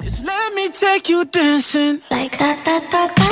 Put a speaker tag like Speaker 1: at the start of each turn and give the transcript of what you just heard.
Speaker 1: Let me take you dancing.
Speaker 2: Like that, that, that, that.